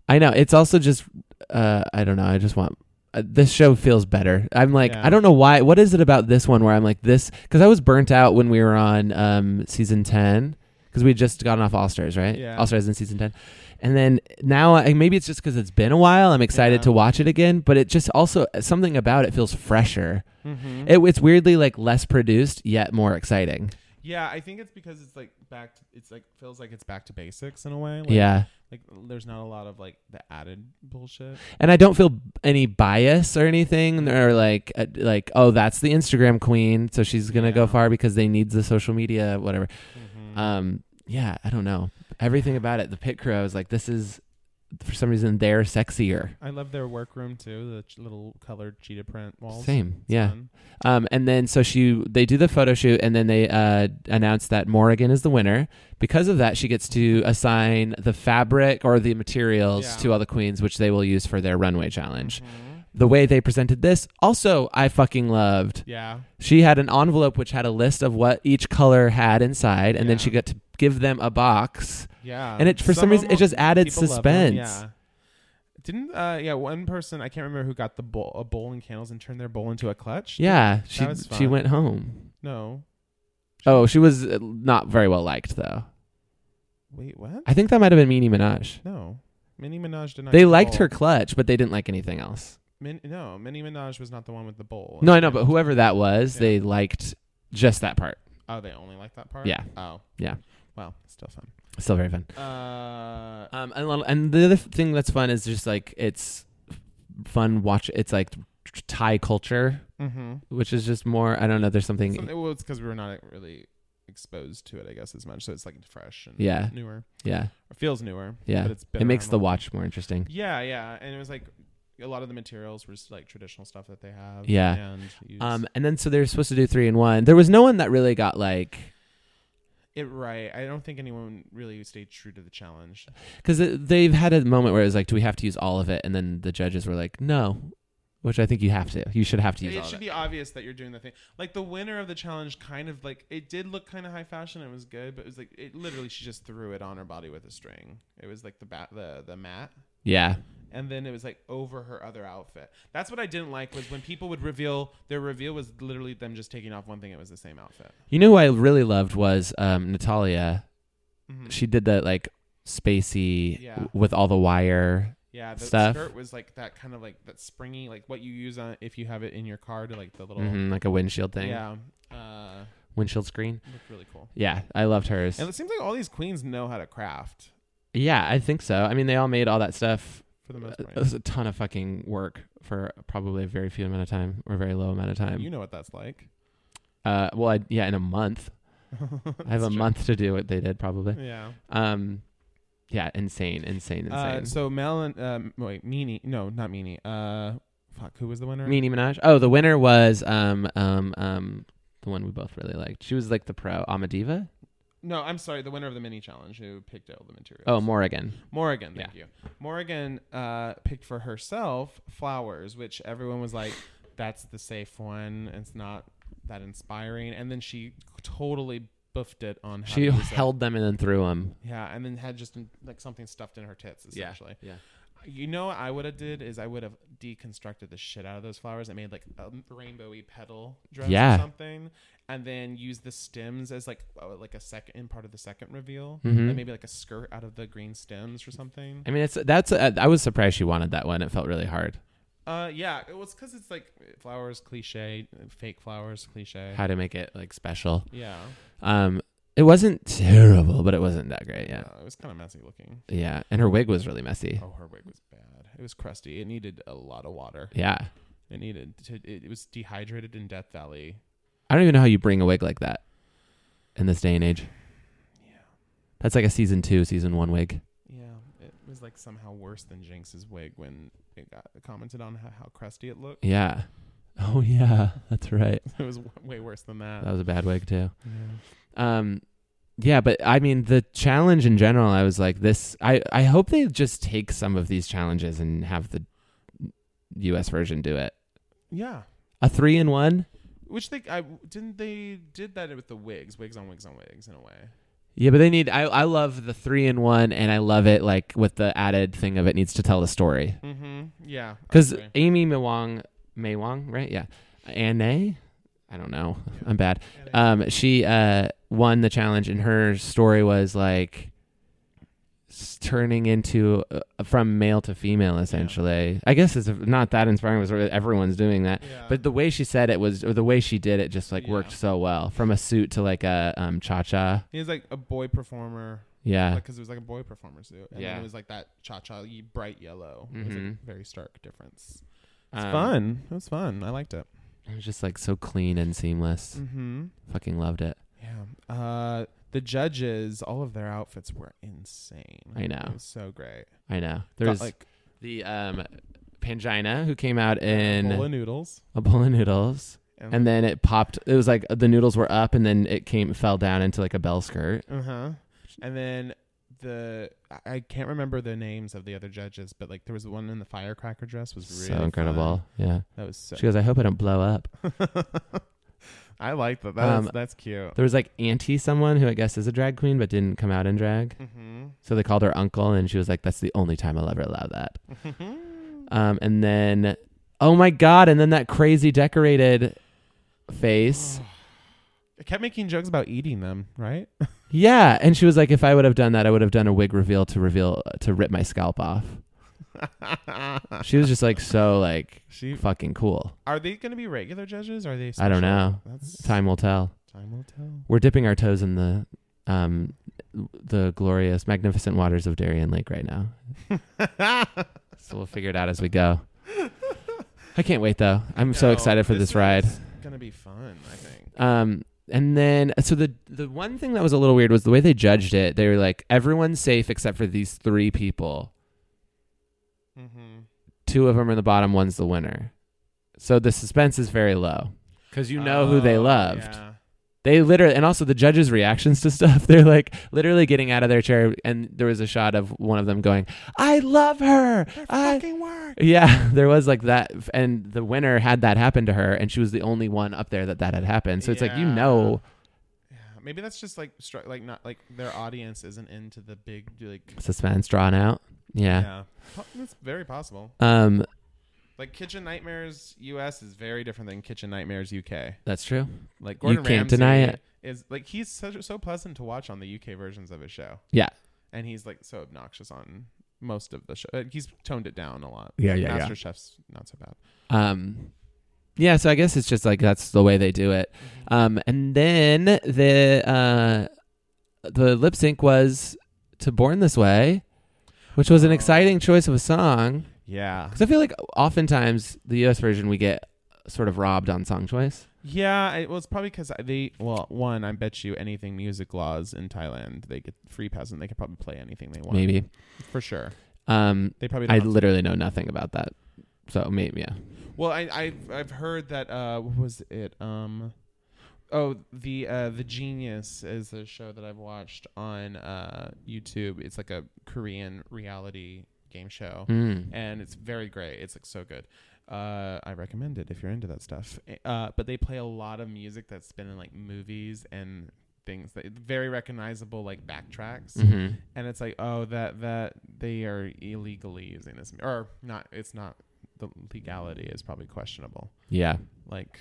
Speaker 3: I know. It's also just. Uh, I don't know. I just want. Uh, this show feels better. I'm like,
Speaker 2: Yeah.
Speaker 3: I don't know why. What is it about this one where I'm like this? Because I was burnt out when we were on um, season ten. Because we had just gotten off All Stars, right?
Speaker 2: Yeah.
Speaker 3: All Stars in season ten, and then now I, maybe it's just because it's been a while. I'm excited
Speaker 2: Yeah.
Speaker 3: to watch it again, but it just also uh, something about it feels fresher.
Speaker 2: Mm-hmm.
Speaker 3: It, it's weirdly like less produced yet more exciting.
Speaker 2: yeah, I think it's because it's like back. To, it's like feels like it's back to basics in a way. Like,
Speaker 3: yeah.
Speaker 2: Like there's not a lot of like the added
Speaker 3: [sighs]
Speaker 2: bullshit.
Speaker 3: and I don't feel any bias or anything, or like uh, like oh that's the Instagram queen, so she's gonna
Speaker 2: Yeah.
Speaker 3: go far because they need the social media, whatever.
Speaker 2: Mm-hmm.
Speaker 3: Um, yeah, I don't know everything about it. The pit crew, I was like, this is for some reason they're sexier.
Speaker 2: I love their workroom too. The ch- little colored cheetah print walls.
Speaker 3: Same,
Speaker 2: It's
Speaker 3: yeah.
Speaker 2: fun.
Speaker 3: Um, and then so she they do the photo shoot, and then they uh announce that Morrigan is the winner. Because of that, she gets to assign the fabric or the materials
Speaker 2: Yeah.
Speaker 3: to all the queens, which they will use for their runway challenge.
Speaker 2: Mm-hmm.
Speaker 3: The way they presented this, also I fucking loved.
Speaker 2: Yeah.
Speaker 3: She had an envelope which had a list of what each color had inside, and then
Speaker 2: Yeah.
Speaker 3: she got to give them a box.
Speaker 2: Yeah.
Speaker 3: And it- for some
Speaker 2: of
Speaker 3: reason,
Speaker 2: them
Speaker 3: it just
Speaker 2: will-
Speaker 3: added
Speaker 2: people love them,
Speaker 3: suspense.
Speaker 2: Yeah. Didn't uh yeah one person I can't remember who got the bowl a bowl and candles and turned their bowl into a clutch.
Speaker 3: Yeah, she
Speaker 2: was
Speaker 3: she
Speaker 2: fun.
Speaker 3: went home.
Speaker 2: No.
Speaker 3: Oh, she was uh, not very well liked though.
Speaker 2: Wait. What?
Speaker 3: I think that might have been Meanie Minaj.
Speaker 2: No. Minnie Minaj did not. get
Speaker 3: They
Speaker 2: the
Speaker 3: liked
Speaker 2: bowl.
Speaker 3: her clutch, but they didn't like anything else.
Speaker 2: Min- no, Minnie Minaj was not the one with the bowl.
Speaker 3: No, I know, but whoever that was,
Speaker 2: Yeah.
Speaker 3: they liked just that part.
Speaker 2: Oh, they only like that part.
Speaker 3: Yeah.
Speaker 2: Oh.
Speaker 3: Yeah.
Speaker 2: Well, still fun.
Speaker 3: Still very fun.
Speaker 2: Uh.
Speaker 3: Um, and, lo- and the other thing that's fun is just like it's fun watch. It's like Thai culture,
Speaker 2: mm-hmm.
Speaker 3: which is just more. I don't know. There's something.
Speaker 2: Some- well, it's because we were not really exposed to it, I guess, as much. So it's like fresh and
Speaker 3: Yeah.
Speaker 2: newer.
Speaker 3: yeah.
Speaker 2: It feels newer.
Speaker 3: Yeah.
Speaker 2: but it's been
Speaker 3: it makes
Speaker 2: around
Speaker 3: the
Speaker 2: a-
Speaker 3: watch more interesting.
Speaker 2: Yeah, yeah, and it was like a lot of the materials were just like traditional stuff that they have.
Speaker 3: Yeah.
Speaker 2: and use.
Speaker 3: Um, and then so they're supposed to do three and one. There was no one that really got like
Speaker 2: it right. I don't think anyone really stayed true to the challenge.
Speaker 3: because they've had a moment where it was like, do we have to use all of it? And then the judges were like, no, which I think you have to. You should have to use
Speaker 2: It
Speaker 3: all of
Speaker 2: should
Speaker 3: it.
Speaker 2: be obvious that you're doing the thing. Like the winner of the challenge, kind of like it did look kind of high fashion. It was good, but it was like it literally she just threw it on her body with a string. It was like the bat, the the mat,
Speaker 3: yeah,
Speaker 2: and then it was like over her other outfit. That's what I didn't like was when people would reveal their reveal was literally them just taking off one thing. It was the same outfit.
Speaker 3: You know who I really loved was um, Natalia.
Speaker 2: Mm-hmm.
Speaker 3: She did that like spacey
Speaker 2: Mm. Yeah.
Speaker 3: w- with all the wire.
Speaker 2: Yeah, the
Speaker 3: Stuff.
Speaker 2: skirt was like that kind of like that springy, like what you use on if you have it in your car to like the little
Speaker 3: Mhm, like a windshield thing,
Speaker 2: yeah, uh,
Speaker 3: windshield screen.
Speaker 2: looked really cool.
Speaker 3: Yeah, I loved hers.
Speaker 2: And it seems like all these queens know how to craft
Speaker 3: yeah, I think so. I mean, they all made all that stuff.
Speaker 2: for the most
Speaker 3: It
Speaker 2: part.
Speaker 3: was a ton of fucking work for probably a very few amount of time or very low amount of time.
Speaker 2: You know what that's like.
Speaker 3: Uh, well, I, yeah, in
Speaker 2: [laughs]
Speaker 3: a month. I have a
Speaker 2: That's true.
Speaker 3: month to do what they
Speaker 2: [laughs]
Speaker 3: did probably.
Speaker 2: Yeah.
Speaker 3: Um, yeah, insane, insane,
Speaker 2: Uh,
Speaker 3: insane.
Speaker 2: so Mel and uh, wait, Meanie, no, not Meanie. Uh, fuck, who was the winner?
Speaker 3: Meanie Minaj. Oh, the winner was um um um the one we both really liked. She was like the pro Amadiva.
Speaker 2: No, I'm sorry, the winner of the mini challenge who picked all the materials.
Speaker 3: Oh, Morrigan.
Speaker 2: Morrigan, thank you. Morrigan uh, picked for herself flowers, which everyone was like, "That's the safe one. It's not that inspiring." And then she totally buffed it on. How
Speaker 3: She
Speaker 2: to use it.
Speaker 3: held them and then threw them.
Speaker 2: yeah, and then had just like something stuffed in her tits, essentially.
Speaker 3: Yeah.
Speaker 2: You know what I would have did is I would have deconstructed the shit out of those flowers. I made like a rainbowy petal dress
Speaker 3: Yeah.
Speaker 2: or something, and then use the stems as like uh, like a second part of the second reveal,
Speaker 3: Mm-hmm.
Speaker 2: and maybe like a skirt out of the green stems or something.
Speaker 3: I mean, it's that's. uh, I was surprised she wanted that one. It felt really hard.
Speaker 2: Uh, yeah, it was because it's like flowers cliche, fake flowers cliche.
Speaker 3: How to make it like special.
Speaker 2: yeah,
Speaker 3: Um, it wasn't terrible, but it wasn't that great. Yeah,
Speaker 2: Uh, it was kind of messy looking.
Speaker 3: yeah. And her wig was really messy.
Speaker 2: Oh, her wig was bad. It was crusty. It needed a lot of water.
Speaker 3: Yeah,
Speaker 2: It needed to. It, it was dehydrated in Death Valley.
Speaker 3: I don't even know how you bring a wig like that in this day and age.
Speaker 2: Yeah.
Speaker 3: That's like a season two, season one wig.
Speaker 2: Yeah, it was like somehow worse than Jinx's wig when it got commented on how, how crusty it looked. [laughs]
Speaker 3: Yeah. Oh yeah, that's right.
Speaker 2: It was w- way worse than that.
Speaker 3: [laughs] That was a bad wig too.
Speaker 2: yeah.
Speaker 3: Um, yeah, but I mean the challenge in general. I was like this. I I hope they just take some of these challenges and have the U.S. version do it.
Speaker 2: Yeah.
Speaker 3: A three in one.
Speaker 2: Which they I didn't they did that with the wigs, wigs on wigs on wigs in a way.
Speaker 3: Yeah, but they need. I I love the three in one, and I love it like with the added thing of it needs to tell a story.
Speaker 2: Mm-hmm. Yeah. I
Speaker 3: Because
Speaker 2: agree.
Speaker 3: Amy Mewang, Maywong, right? Yeah, Anne. I don't know. I'm bad. Um, she uh won the challenge, and her story was like s- turning into uh, from male to female essentially i guess it's not that inspiring it was really- everyone's doing that
Speaker 2: Yeah.
Speaker 3: but the way she said it was or the way she did it just like
Speaker 2: Yeah.
Speaker 3: worked so well from a suit to like a um cha-cha
Speaker 2: he was like a boy performer
Speaker 3: yeah
Speaker 2: because it was like a boy performer suit. And
Speaker 3: Yeah.
Speaker 2: then it was like that cha cha bright yellow. It was
Speaker 3: Mhm.
Speaker 2: like very stark difference. It's
Speaker 3: Um,
Speaker 2: fun. It was fun. I liked it.
Speaker 3: It was just like so clean and seamless.
Speaker 2: Mm-hmm.
Speaker 3: Fucking loved it.
Speaker 2: Yeah. Uh, the judges, all of their outfits were insane.
Speaker 3: I know.
Speaker 2: It was so great.
Speaker 3: I know. There's
Speaker 2: Got, like
Speaker 3: the um Pangina who came out in
Speaker 2: bowl of noodles.
Speaker 3: a bowl of noodles. And then it popped it was like the noodles were up and then it came fell down into like a bell skirt.
Speaker 2: uh huh. And then the I- I can't remember the names of the other judges, but like there was one in the firecracker dress was really
Speaker 3: so incredible.
Speaker 2: fun.
Speaker 3: Yeah.
Speaker 2: That was so.
Speaker 3: She goes, I hope I don't blow up.
Speaker 2: [laughs] I like that. That's
Speaker 3: Um,
Speaker 2: that's cute.
Speaker 3: There was like auntie someone who I guess is a drag queen but didn't come out in drag.
Speaker 2: Mm-hmm.
Speaker 3: So they called her uncle and she was like, That's the only time I'll ever allow that.
Speaker 2: Mm-hmm.
Speaker 3: Um and then oh my god, and then that crazy decorated face.
Speaker 2: I [laughs] kept making jokes about eating them,
Speaker 3: [laughs]
Speaker 2: right?
Speaker 3: Yeah, and she was like, "If I would have done that, I would have done a wig reveal to reveal to rip my scalp off." She was just like so like
Speaker 2: she
Speaker 3: fucking cool.
Speaker 2: are they going to be regular judges? Or are they?
Speaker 3: I don't
Speaker 2: special?
Speaker 3: know.
Speaker 2: That's
Speaker 3: Time will tell.
Speaker 2: Time will tell.
Speaker 3: We're dipping our toes in the um the glorious, magnificent waters of Darien Lake right now. so we'll figure it out as we go. I can't wait though. I'm so
Speaker 2: No,
Speaker 3: excited for this ride.
Speaker 2: one's Gonna be fun, I think.
Speaker 3: Um, and then so the the one thing that was a little weird was the way they judged it. They were like, "Everyone's safe except for these three people."
Speaker 2: Mm-hmm.
Speaker 3: two of them are in the bottom, one's the winner. So the suspense is very low because you know who they loved.
Speaker 2: Oh, Yeah.
Speaker 3: They literally, and also the judges' reactions to [laughs] stuff. They're like literally getting out of their chair, and there was a shot of one of them going, "I love her." I.
Speaker 2: Fucking [sighs] work.
Speaker 3: [laughs] Yeah, there was like that, and the winner had that happen to her, and she was the only one up there that that had happened. So it's like you
Speaker 2: Yeah.
Speaker 3: know,
Speaker 2: Yeah, maybe that's just like str- like not like their audience isn't into the big like
Speaker 3: suspense drawn out. Yeah.
Speaker 2: Yeah. Po- It's very possible.
Speaker 3: Um,
Speaker 2: Like Kitchen Nightmares US is very different than Kitchen Nightmares UK.
Speaker 3: that's true.
Speaker 2: Like
Speaker 3: You
Speaker 2: Gordon
Speaker 3: can't deny
Speaker 2: Ramsay
Speaker 3: it.
Speaker 2: Is like he's so, so pleasant to watch on the UK versions of his show,
Speaker 3: Yeah.
Speaker 2: and he's like so obnoxious on most of the show. uh, He's toned it down a lot.
Speaker 3: Yeah, yeah, yeah.
Speaker 2: Master Chef's not so bad.
Speaker 3: Um, yeah, so I guess it's just like that's the way they do it. Um, and then the uh, the lip sync was to "Born This Way," which was an
Speaker 2: Oh.
Speaker 3: exciting choice of a song
Speaker 2: Yeah,
Speaker 3: because I feel like oftentimes the U.S. version we get sort of robbed on song choice.
Speaker 2: yeah. It was probably because they well, one, I bet you anything music laws in Thailand they get free pass and they could probably play anything they want.
Speaker 3: Maybe
Speaker 2: for sure.
Speaker 3: um,
Speaker 2: They probably.
Speaker 3: I
Speaker 2: Don't
Speaker 3: literally know nothing about that, so maybe yeah.
Speaker 2: Well, I, I I've heard that uh what was it? Um Oh, the uh The Genius is a show that I've watched on uh YouTube. It's like a Korean reality game show.
Speaker 3: Mm.
Speaker 2: And it's very great. It's like so good. Uh, I recommend it if you're into that stuff. Uh, but they play a lot of music that's been in like movies and things that very recognizable like backtracks
Speaker 3: Mhm.
Speaker 2: and it's like oh that that they are illegally using this or not it's not the legality is probably questionable
Speaker 3: Yeah,
Speaker 2: like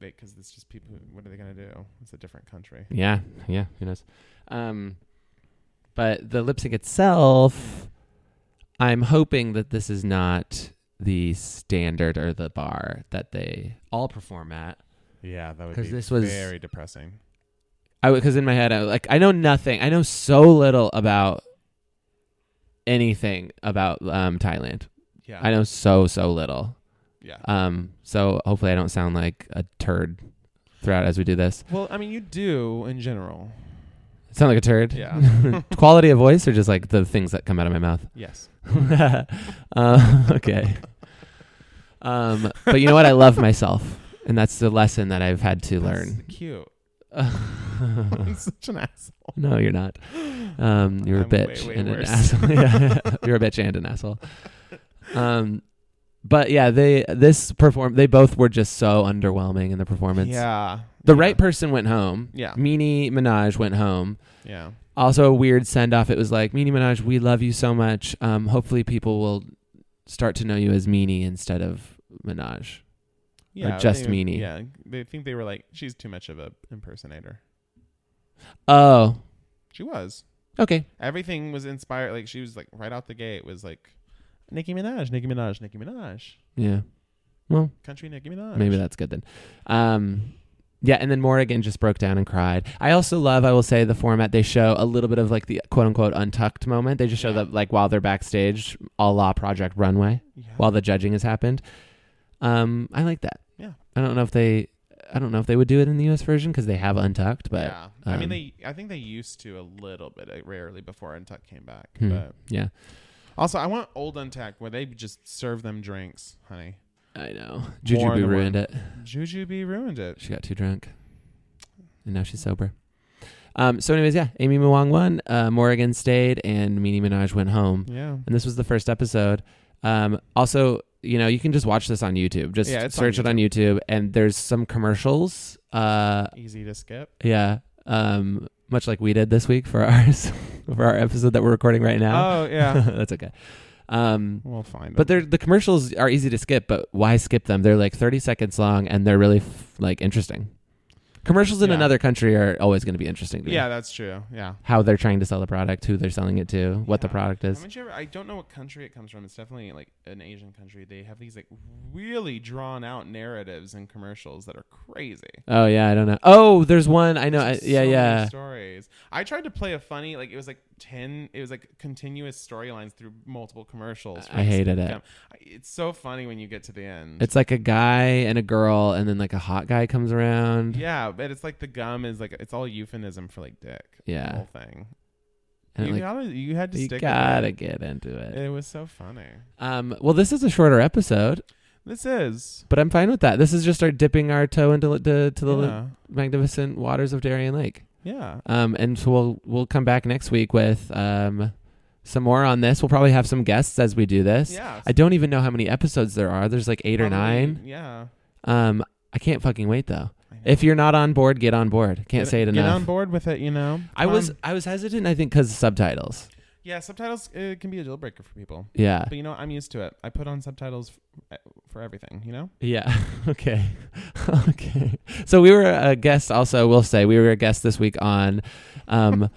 Speaker 2: because it's just people who, what are they going to do it's a different country
Speaker 3: yeah, yeah. Who knows? Um, but the lip sync itself, I'm hoping that this is not the standard or the bar that they all perform at.
Speaker 2: yeah that would
Speaker 3: 'Cause this was-
Speaker 2: very depressing
Speaker 3: I because in my head I was like I know nothing. I know so little about anything about um, Thailand.
Speaker 2: yeah
Speaker 3: I know so so little.
Speaker 2: yeah
Speaker 3: Um, so hopefully I don't sound like a turd throughout as we do this.
Speaker 2: well i mean you do in general
Speaker 3: Sound like a turd.
Speaker 2: Yeah.
Speaker 3: [laughs] Quality of voice or just like the things that come out of my mouth.
Speaker 2: yes
Speaker 3: [laughs] uh, okay. Um, but you know what? I love myself, and that's the lesson that I've had to learn.
Speaker 2: That's cute
Speaker 3: [laughs]
Speaker 2: i'm [laughs]
Speaker 3: no, [laughs]
Speaker 2: such an asshole
Speaker 3: you're not. Um, you're a
Speaker 2: I'm way,
Speaker 3: bitch
Speaker 2: way
Speaker 3: and
Speaker 2: worse.
Speaker 3: an asshole. [laughs] Yeah. you're a bitch and an asshole. Um, but yeah, they this perform. They both were just so underwhelming in the performance.
Speaker 2: yeah
Speaker 3: The
Speaker 2: yeah.
Speaker 3: right Hmm? person went home.
Speaker 2: Yeah.
Speaker 3: Meanie Minaj went home.
Speaker 2: yeah
Speaker 3: also a weird send off. It was like Meanie Minaj, we love you so much. Um, hopefully, people will start to know you as Meanie instead of Minaj.
Speaker 2: yeah I
Speaker 3: just
Speaker 2: think-
Speaker 3: meanie.
Speaker 2: yeah they think they were like she's too much of a impersonator
Speaker 3: Oh,
Speaker 2: she was
Speaker 3: okay.
Speaker 2: everything was inspired. Like she was like right out the gate was like Nicki Minaj, Nicki Minaj, Nicki Minaj,
Speaker 3: Yeah. Well,
Speaker 2: country Nicki Minaj.
Speaker 3: maybe that's good then. Um, yeah, and then Morrigan just broke down and cried. I also love, I will say, the format they show a little bit of like the quote unquote untucked moment. They just show that like while they're backstage, a la Project Runway,
Speaker 2: Yeah.
Speaker 3: while the judging has happened. Um, I like that.
Speaker 2: Yeah.
Speaker 3: I don't know if they, I don't know if they would do it in the U.S. version because they have untucked, but
Speaker 2: yeah, I mean
Speaker 3: um,
Speaker 2: they. I think they used to a little bit, uh, rarely before Untuck came back.
Speaker 3: Hmm.
Speaker 2: But
Speaker 3: yeah,
Speaker 2: also, I want old Untuck where they just serve them drinks, honey.
Speaker 3: I know.
Speaker 2: More
Speaker 3: Jujubee
Speaker 2: than
Speaker 3: ruined it.
Speaker 2: Juju B ruined it.
Speaker 3: She got too drunk, and now she's sober. Um. So, anyways, yeah, Amy Mwang won. Uh, Morrigan stayed, and Meanie Minaj went home.
Speaker 2: Yeah,
Speaker 3: And this was the first episode. Um. Also, you know, you can just watch this on YouTube. Just
Speaker 2: Yeah, it's on
Speaker 3: search it on YouTube, and there's some commercials. Uh.
Speaker 2: easy to skip.
Speaker 3: Yeah. Um. Much like we did this week for [laughs] ours, for our episode that we're recording right now.
Speaker 2: Oh yeah,
Speaker 3: [laughs] That's okay. Um,
Speaker 2: we'll find.
Speaker 3: but they're,
Speaker 2: them.
Speaker 3: the commercials are easy to skip, but why skip them? They're like 30 seconds long and they're really f- like interesting. Commercials in
Speaker 2: Yeah.
Speaker 3: another country are always going to be interesting to me.
Speaker 2: yeah, that's true. Yeah.
Speaker 3: How they're trying to sell the product, who they're selling it to, what the
Speaker 2: Yeah.
Speaker 3: product is.
Speaker 2: Haven't you ever, I don't know what country it comes from. It's definitely like an Asian country. They have these like really drawn out narratives and commercials that are crazy.
Speaker 3: Oh yeah, I don't know. Oh, there's one I know. I,
Speaker 2: Just
Speaker 3: yeah,
Speaker 2: so many
Speaker 3: yeah.
Speaker 2: Stories. I tried to play a funny like it was like ten. It was like continuous storylines through multiple commercials. for
Speaker 3: I hated it.
Speaker 2: them. I- It's so funny when you get to the end.
Speaker 3: It's like a guy and a girl, and then like a hot guy comes around.
Speaker 2: yeah, but it's like the gum is like it's all euphemism for like dick.
Speaker 3: Yeah.
Speaker 2: the whole thing.
Speaker 3: and
Speaker 2: you,
Speaker 3: like,
Speaker 2: gotta, you had to
Speaker 3: you
Speaker 2: stick.
Speaker 3: gotta
Speaker 2: With
Speaker 3: get into
Speaker 2: it.
Speaker 3: it.
Speaker 2: it was so funny.
Speaker 3: Um, well, this is a shorter episode,
Speaker 2: This is.
Speaker 3: but I'm fine with that. This is just our dipping our toe into to, to the
Speaker 2: Yeah.
Speaker 3: magnificent waters of Darien Lake.
Speaker 2: yeah.
Speaker 3: Um, and so we'll we'll come back next week with um, some more on this. We'll probably have some guests as we do this.
Speaker 2: Yeah.
Speaker 3: I don't even know how many episodes there are. There's like eight or
Speaker 2: Probably-
Speaker 3: nine.
Speaker 2: Yeah.
Speaker 3: Um, I can't fucking wait though.
Speaker 2: I know.
Speaker 3: If you're not on board, get on board. Can't
Speaker 2: Get-
Speaker 3: say it
Speaker 2: Get
Speaker 3: enough.
Speaker 2: on board with it, you know.
Speaker 3: I was
Speaker 2: Um,
Speaker 3: I was hesitant. I think because subtitles.
Speaker 2: Yeah, subtitles uh can be a deal breaker for people.
Speaker 3: Yeah.
Speaker 2: But you know, I'm used to it. I put on subtitles f- uh, for everything, you know?
Speaker 3: Yeah. [laughs] Okay. okay. So we were a guest. Also, we'll say we were a guest this week on
Speaker 2: [laughs]
Speaker 3: um,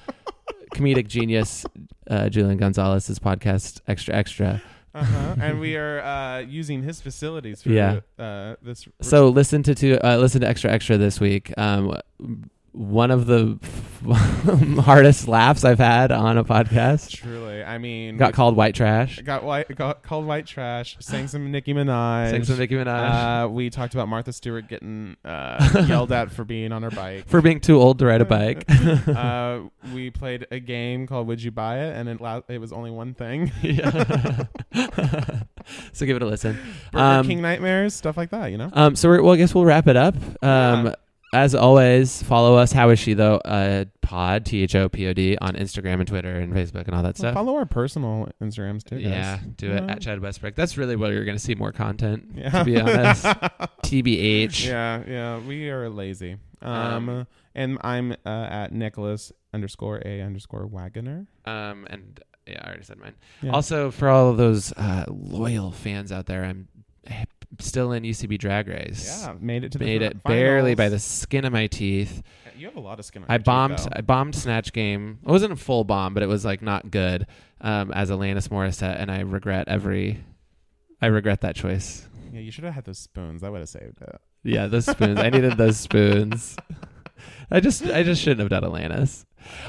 Speaker 3: comedic genius uh, Julian Gonzalez's podcast, Extra Extra. [laughs]
Speaker 2: Uh-huh. and we are uh, using his facilities for
Speaker 3: Yeah.
Speaker 2: uh, this.
Speaker 3: So listen to, to uh, listen to Extra Extra this week. Um, one of the [laughs] hardest laughs I've had on a podcast
Speaker 2: truly, I mean,
Speaker 3: got called white trash.
Speaker 2: got white, got called white trash. Sang some Nicki Minaj.
Speaker 3: Thanks to Nicki Minaj
Speaker 2: Uh, we talked about Martha Stewart getting uh, yelled at for being on her bike.
Speaker 3: [laughs] for being too old to ride
Speaker 2: [laughs]
Speaker 3: a bike. [laughs]
Speaker 2: uh, we played a game called Would You Buy It, and it, la- it was only one thing: [laughs]
Speaker 3: Yeah. so give it a listen.
Speaker 2: Burger
Speaker 3: Um,
Speaker 2: King nightmares, stuff like that. You know,
Speaker 3: Um, so we're, well, I guess we'll wrap it up. Um,
Speaker 2: Yeah.
Speaker 3: As always, follow us. How is she though? Uh, pod T H O P O D on Instagram and Twitter and Facebook and all that stuff.
Speaker 2: follow our personal Instagrams too. guys.
Speaker 3: yeah, do it
Speaker 2: Yeah.
Speaker 3: at Chad Westbrook. That's really where you're going to see more content.
Speaker 2: Yeah.
Speaker 3: To
Speaker 2: [laughs]
Speaker 3: be honest, TBH.
Speaker 2: Yeah, yeah, we are lazy. Um,
Speaker 3: Um,
Speaker 2: and I'm uh, at Nicholas underscore a underscore Wagoner.
Speaker 3: Um, and yeah, I already said mine.
Speaker 2: Yeah.
Speaker 3: Also, for all of those uh, loyal fans out there, I'm eh, still in UCB Drag Race.
Speaker 2: Yeah, made it to the
Speaker 3: Made
Speaker 2: fi-
Speaker 3: it barely by the
Speaker 2: finals.
Speaker 3: skin of my teeth.
Speaker 2: You have a lot of skin. on
Speaker 3: I
Speaker 2: your teeth,
Speaker 3: bombed.
Speaker 2: though.
Speaker 3: I bombed Snatch Game. It wasn't a full bomb, but it was like not good. Um, as Alanis Morissette, and I regret every. I regret that choice.
Speaker 2: yeah, you should have had those spoons. I would have saved it.
Speaker 3: Yeah, those spoons. I needed those spoons. I just. I just shouldn't have done Alanis.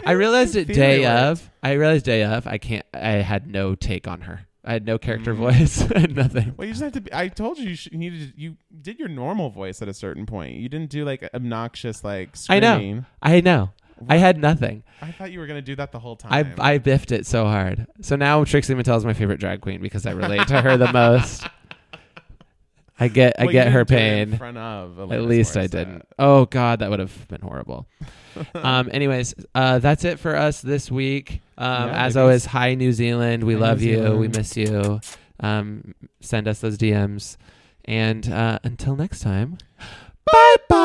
Speaker 3: I realized it
Speaker 2: Theory
Speaker 3: day
Speaker 2: worked.
Speaker 3: of. I realized day of. I can't. I had no take on her. I had no character voice. [laughs] I had nothing.
Speaker 2: Well, you just have to. Be, I told you you, should, you needed. to- You did your normal voice at a certain point. You didn't do like obnoxious like
Speaker 3: I know.
Speaker 2: screaming.
Speaker 3: I know. I had nothing.
Speaker 2: I thought you were gonna do that the whole time.
Speaker 3: I, I biffed it so hard. So now Trixie Mattel is my favorite drag queen because I relate to her the [laughs] most. I get I
Speaker 2: Well, you
Speaker 3: get her
Speaker 2: didn't do it in
Speaker 3: pain.
Speaker 2: front of
Speaker 3: At
Speaker 2: Alanis
Speaker 3: least I
Speaker 2: Morissette.
Speaker 3: didn't. Oh God, that would have been
Speaker 2: [laughs]
Speaker 3: horrible. um. Anyways, uh, that's it for us this week.
Speaker 2: Yeah,
Speaker 3: Um. as
Speaker 2: I guess.
Speaker 3: always, hi New Zealand. We
Speaker 2: Hi,
Speaker 3: love
Speaker 2: New
Speaker 3: you. We
Speaker 2: Zealand.
Speaker 3: miss you. Um. Send us those DMs, and uh, until next time. Bye bye.